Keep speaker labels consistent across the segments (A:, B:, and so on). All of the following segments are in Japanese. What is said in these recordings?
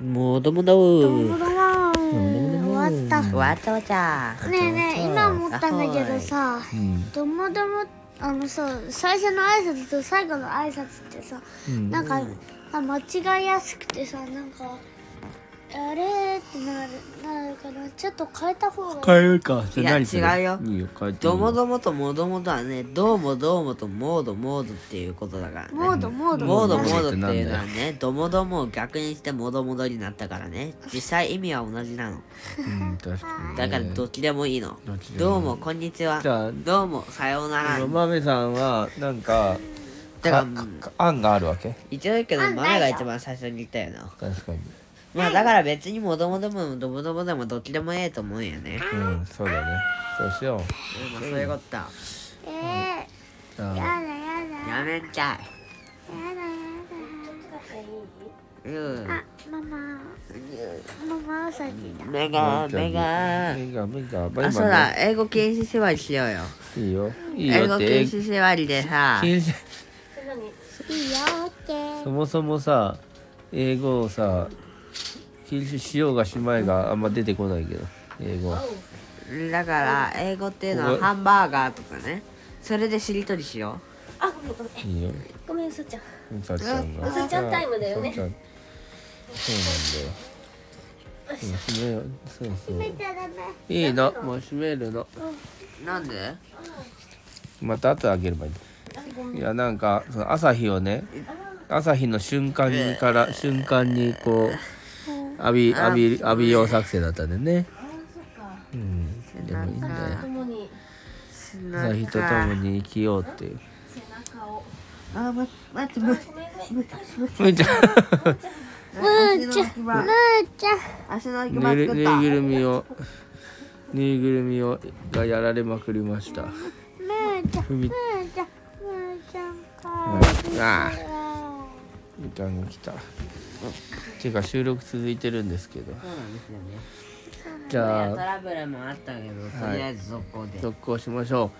A: もどもだう
B: ボロボロだ終わった
A: う
B: ね
A: ん
C: 終わったじゃ
B: えねえ今思ったんだけどさ
A: うん
B: どもどもあのさ最初の挨拶と最後の挨拶ってさ
A: うん
B: なんかあ間違いやすくてさなんかあれってなるなるかなちょっと変えた方が
A: 変えるかじゃあ何する
C: いや違うよ
A: いいよ変えて
C: ど
A: み
C: も
A: よ
C: どもともどもとはねどうもどうもとモードモードっていうことだからね
B: モードモード
C: モード
A: モ
C: モ
A: ード
C: ードって
A: って
C: いう
A: な
C: の
A: んだよ
C: はねどもどもを逆にしてもどもどになったからね実際意味は同じなの
A: うん確かに
C: だからどっちでもいいの
A: どっちでもいい
C: どうもこんにちは
A: じゃあ
C: どうもさようなら
A: おまめさんはなんか
C: だから
A: かか案があるわけ
C: 一応言うけど
B: あないよ
C: 前が一番最初に言ったよな
A: 確かに
C: まあだから別にもどもどもどもどもでもどっちでもええと思うよね
A: うんそうだねそうしよ
C: まあそういうことだ
B: ええ
A: う
B: ー、やだ
A: あ
B: やだやだや
C: やめんか
B: だ
C: いうん
B: あママママウサギだ
C: 目が目が
A: 目が目が
C: あそうだ英語禁止縛りしようよ
A: いいよいい
C: 英
A: よ
C: 語
A: っ
C: 禁
A: て
C: 止縛りでさ
A: 禁止
B: いいよオッケー
A: そもそもさ英語をさ禁止しようがしまいがあんま出てこないけど英語は
C: だから英語っていうの
A: こ
C: は
A: こ
C: ハンバーガーとかねそれでしりとりしよ
A: いいよ
D: ごめん、うさちゃん。
A: うさちゃんが
D: うさちゃんタイムだよね
A: うさちゃんそうなんだようん閉めようそうそう
B: じゃあダメ
A: いいのもう閉めるの
C: うなんで
A: また後であげればいいいやなんかその朝日をね朝日の瞬間にから、瞬間にこう浴び浴び浴びよう作戦だったんでねうんでもいいんだよ
D: 共に
A: 朝日と共に生きようっていう
D: 背中を。
C: あま待って待って
A: むいちゃん
C: 足の置き場
B: むーちゃん
C: 足の置き場
A: ぬいぐ
C: 作
A: ぬ
C: っ
A: い
C: た
A: ぐるみをぬいぐるみをがやられまくりました
B: むーちゃん
A: ふみ
B: むーちゃんむーちゃんか
A: ああ
B: わ
A: みーちゃんが来たていうか収録続いてるんですけ
C: そ
A: ど
C: うなんですよね
A: じ
C: い
A: ゃ
C: や
A: あ
C: トラブルもあったけどとりあえず続行で
A: 続行しましょ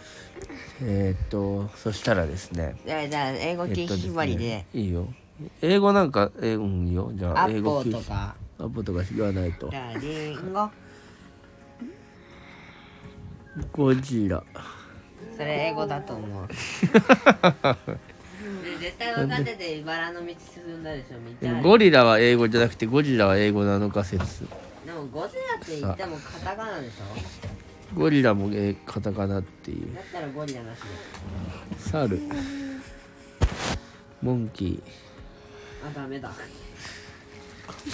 A: うえー、っとそしたらですね
C: じゃあじゃあ英語
A: えっと
C: 禁
A: です
C: 止
A: ね
C: 縛りで
A: いいよ英語なんか英語いいよじゃ
C: ア
A: あ英
C: ッ
A: 語
C: ポーと
A: 禁止
C: か
A: アップとか言わないと
C: じゃあリンゴ
A: ゴジラ
C: それ英語だと思うね絶対分かってて茨の道進んだでしょみ
A: で
C: たい
A: も
C: な
A: ゴリラは英語じゃなくてゴジラは英語なのか説
C: でもゴジラって言ってもカタカナでしょ
A: ゴリラもえーカタカナっていう
C: だったらゴリラなしで
A: サルモンキ
C: あダメだ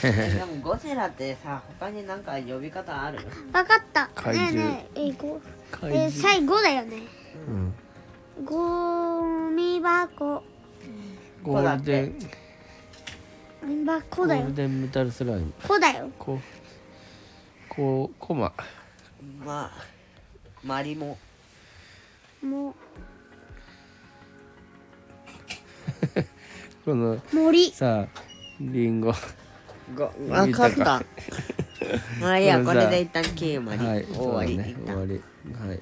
C: でもゴジラってさ他になんか呼び方ある
B: かった
A: 怪
B: ねえねえ英
A: 獣
B: 語
A: ー怪
B: えー、
A: 獣、
B: 最後だよね
A: うん、
B: ゴミ箱
A: ゴールデン
B: ゴミ箱
A: ゴ
B: だ
A: ー
B: よ
A: ルデンメタルスライム
B: こだよ
A: ここコマ
C: まあマリモ
B: も
A: この
B: う森
A: さあリンゴ
C: ご
A: 分か った
C: まあいいや
A: うん
C: これで一旦消えまり、
A: はい
C: 終わり、
A: そうだね
C: 一
A: 終
C: 旦
A: わりはい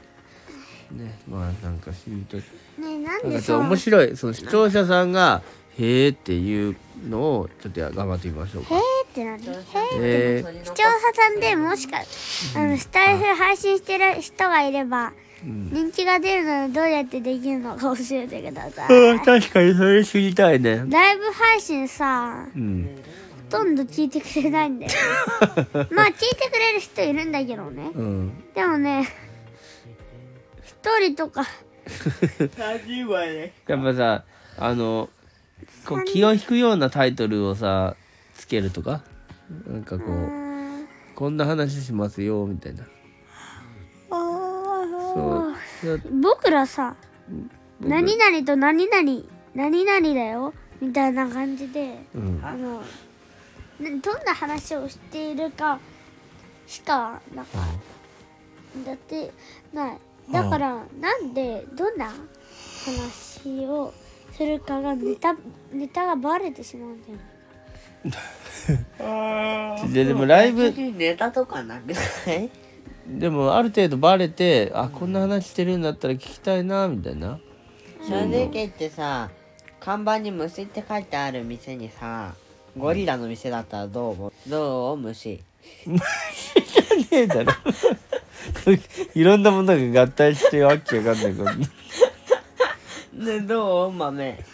A: ねまあなんかしりとり
B: ねえなん
A: なん
B: で
A: かち
B: さ
A: ょっと面白いその視聴者さんが「へえ」っていうのをちょっとや頑張ってみましょう
B: へ
A: か
B: ーってなるへー
A: へ
C: 取り
B: 視
C: 残
B: 聴者さんでもしかあのスタイフ配信してる人がいれば
A: うん
B: 人気が出るのはどうやってできるのか教えてください
A: うん確かにそれ知りたいね
B: ライブ配信さ
A: うん
B: ほとんど聞いてくれないんだよまあ聞いてくれる人いるんだけどね
A: うん
B: でもね一人とか
A: やっぱさあのこう気を引くようなタイトルをさつけるとかなんかこ
B: う
A: う
B: ーん
A: 「こんな話しますよ」みたいなそうそう
B: 僕らさ何々と何々何々だよみたいな感じで
A: うん
B: あのねどんな話をしているかしかなんかだってないだからなんでどんな話をするかがネタネタがバレてしまうんだよね
A: ででもライブ
C: 別にネタとかなくない
A: でもある程度バレてあこんな話してるんだったら聞きたいなみたいな
C: 正直言ってさ看板に「虫」って書いてある店にさゴリラの店だったらどう思うどう虫
A: ねえだろ いろんなものが合体してわけわかんないことに
C: ねどう豆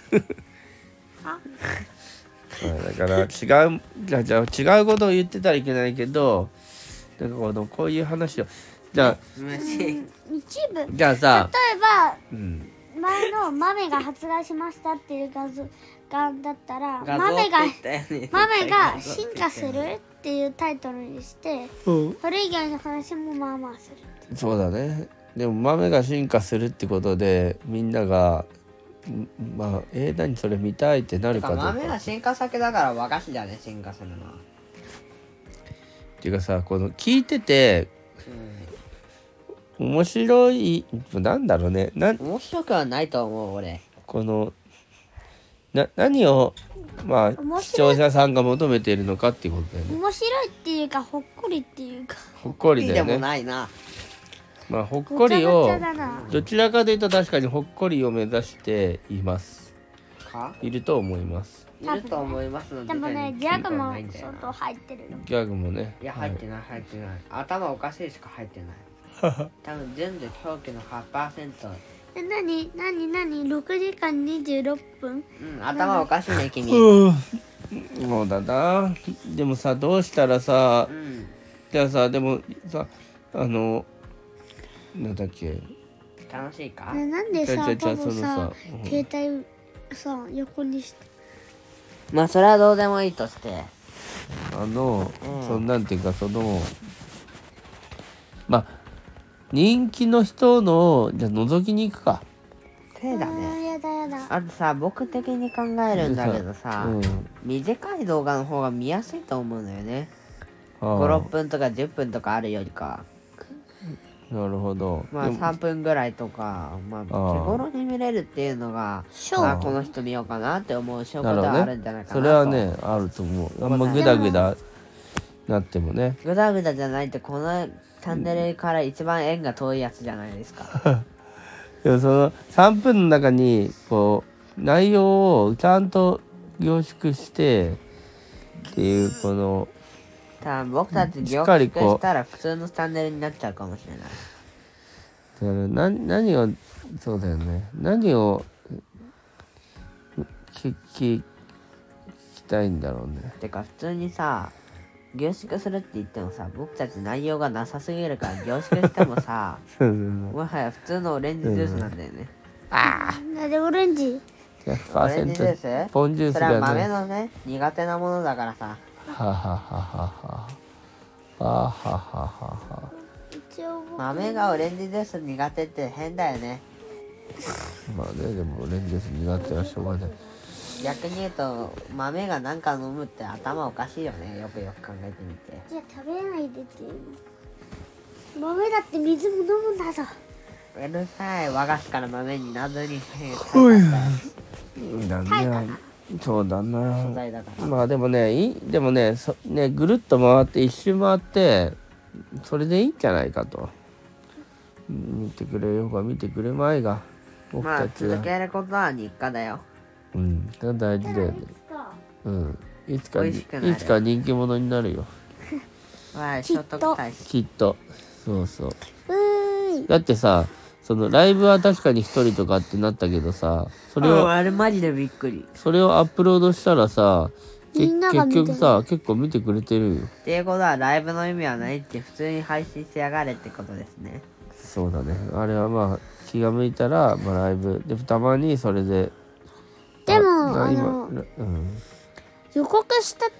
A: はいだから違うじゃ あじゃあ違うことを言ってたらいけないけどなんかこのこういう話をじゃあ
C: 虫
B: 一部例え
A: じゃあさ、
B: ば
A: うん、
B: 前の豆が発芽しましたっていう画像がだったら
C: 画像
B: 豆が
C: って言ったよね
B: 豆が進化するっていうタイトルにしてそれ以外の話もまあまあする
A: そうだねでも豆が進化するってことでみんながんまあえー、何それ見たいってな
C: て
A: るか
C: か
A: どうか
C: 豆は進化先だから和菓子だね進化するのは、
A: っていうかさこの聞いてて
C: う
A: 面白いなんだろうねなん
C: ん、面白くはないと思う俺
A: このな何をま
B: 面白
A: あ
B: い
A: 視聴者さんが求めているのかっていうことだよね
B: 面白いっていうかほっこりっていうか
A: ほっこりだ
C: で
A: よ
C: も
A: ね
C: ないな
A: まあほっこりを
B: ごちゃごちゃだな
A: どちらかというと確かにほっこりを目指しています
C: か
A: いると思います
C: いると思いますので
B: でもねジ
C: 手に
B: ャ
C: つい
B: グ
C: ては
B: も
C: ないんだよ
B: 相
C: な
B: 当入ってるの
A: ギャグもね
C: いや
A: は
C: 入
A: い
C: ってない入ってない頭おかしいしか入ってない 多分全部表記の8%
B: え何何何6時間26分
C: うん頭おかしいね君う
A: うんそうだなでもさどうしたらさ
C: ん
A: じゃあさでもさあのなんだっけ
C: 楽しいか
B: ねなんでさ
A: じゃじ
B: パパ
A: ゃじゃその
B: さ
A: さ
B: 携帯さ横にして
C: まあそれはどうでもいいとして
A: あの、
C: うん
A: そのなんていうかそのまあ人気の人のじゃあ覗きに行くか
C: 手だね
B: あーやだやだ
C: あとさ僕的に考えるんだけどさ、
A: うん、
C: 短い動画の方が見やすいと思うのよね
A: ああ
C: 56分とか10分とかあるよりか
A: なるほど、
C: まあ
A: でも
C: 3分ぐらいとかまあ手頃に見れるっていうのが
B: ショ
C: あ
B: ー
C: この人見ようかなって思う証拠
A: な
C: で
A: るほ
C: はあ
A: ど
C: るんじゃない
A: ね
C: かな
A: そ
C: と
A: れはねあると思うあんまグダグダなってもね
C: グダグダじゃないってこのチャンネルから一番縁が遠いやつじゃないですか
A: でもその3分の中にこう内容をちゃんと凝縮してっていうこの
C: ただ僕たち
A: し
C: 凝
A: っか
C: 縮
A: りこう
C: したら普通のチャンネルになっちゃうかもしれない
A: だからな何をそうだよね何を聞き聞きたいんだろうね
C: てか普通にさ凝縮するって言ってもさ僕たち内容がなさすぎるから凝縮しても さ
A: そうそう
C: もはや普通のオレンジジュースなんだよね、
B: なんでオレンジ
A: そう
C: オレンジジュー
A: 100%
C: ス
A: ポンジュース
C: そ
A: だ
C: れは
A: よ
C: 豆
A: ね
C: のね苦手なものだからさ
A: はははははははははは
B: 一応僕
C: 豆がオレンジジュース苦手って変だよね
A: まあねでもオレンジジュース苦手はしょうがない
C: 逆に言うと豆がなんか飲むって頭おかしいよねよくよく考えてみて
B: じゃあ食べないでっていうの豆だって水も飲むんだぞ
C: うるさい和菓子から豆に謎に変えた
A: だねそうだ
C: 素
A: な
C: 材だから
A: まあでもねいいでもねそねぐるっと回って一周回ってそれでいいんじゃないかと見てくれようが見てくれまいが僕
C: まあ
A: たち
C: 続
A: は、
C: けることは日課だよ
A: うんそれは大事だよねうんいつか
C: 美
A: い
C: 味しくなる
A: つか人気者になるよ
C: はい所得大使
A: きっとそうそう
B: うーい
A: だってさそのライブは確かに一人とかってなったけどさそれ
C: あ
A: を
C: あれマジでびっくり
A: それをアップロードしたらさけ
B: みんなが
A: 結
B: 見てる
A: 局さ結構見てくれてるよ
C: っていうことはライブの意味はないって普通に配信しやがれってことですね
A: そうだねあれはまあ気が向いたら、まあ、ライブでもたまにそれで
B: でも
A: あ
B: あ
A: 今
B: の
A: うん
B: 予告した
A: し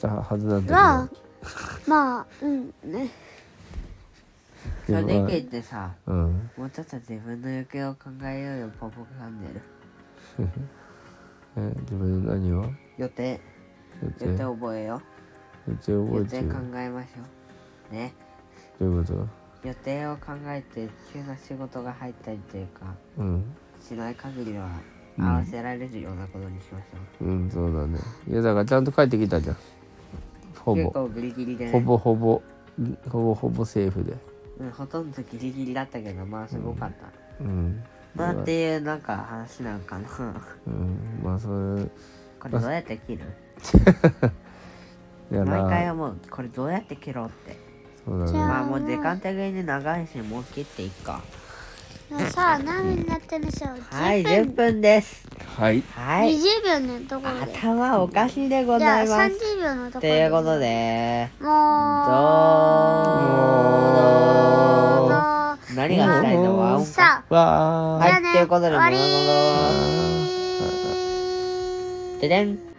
A: たはずなんだ
B: らまあうんね
A: け
C: 正
A: どで
C: 直
A: もま
C: 言ってさ
A: あうん
C: もうちょっと自分の余計を考えようよポポチャンネル
A: え自分の何を
C: 予定
A: 予
C: 予定
A: 定
C: 覚えよ
A: 予定
C: 予
A: 覚え
C: 定
A: て
C: 考
A: る
C: えましょうね
A: どういうこと
C: 予定を考えて急な仕事が入ったりというか
A: うん
C: しない限りは合わせられるようなことにしましょ
A: うんそうだねいやだからちゃんと帰ってきたじゃん
C: う、
A: ほぼ
C: 結構ギリギリでね
A: ほぼほぼうんほぼほぼセーフで
C: うん、ほとんどギリギリだったけどまあすごかった、
A: うん
C: まあっていうなんか話なんかな
A: うんまあそれ
C: これどうやって切る
A: や
C: 毎回
A: な
C: 思うこれどうやって切ろうって
A: そうだ
B: じゃ
A: ね
C: まあもう時間的に長いしもう切っていっか
B: さあ何分になってるんでしょう
C: はい
B: 10
C: 10分です
A: はい
C: はい
B: 20秒のところで
C: 頭おかしいでご
B: じゃ
C: ざ
B: あ
C: います
B: 30秒のところ
C: ということでど
B: もう
C: う
B: もう
C: 何がしたいのは音楽
B: さあ
A: わー
C: はい
B: じゃあね
C: ということで
B: 終わり
C: もう
B: ー
C: ででん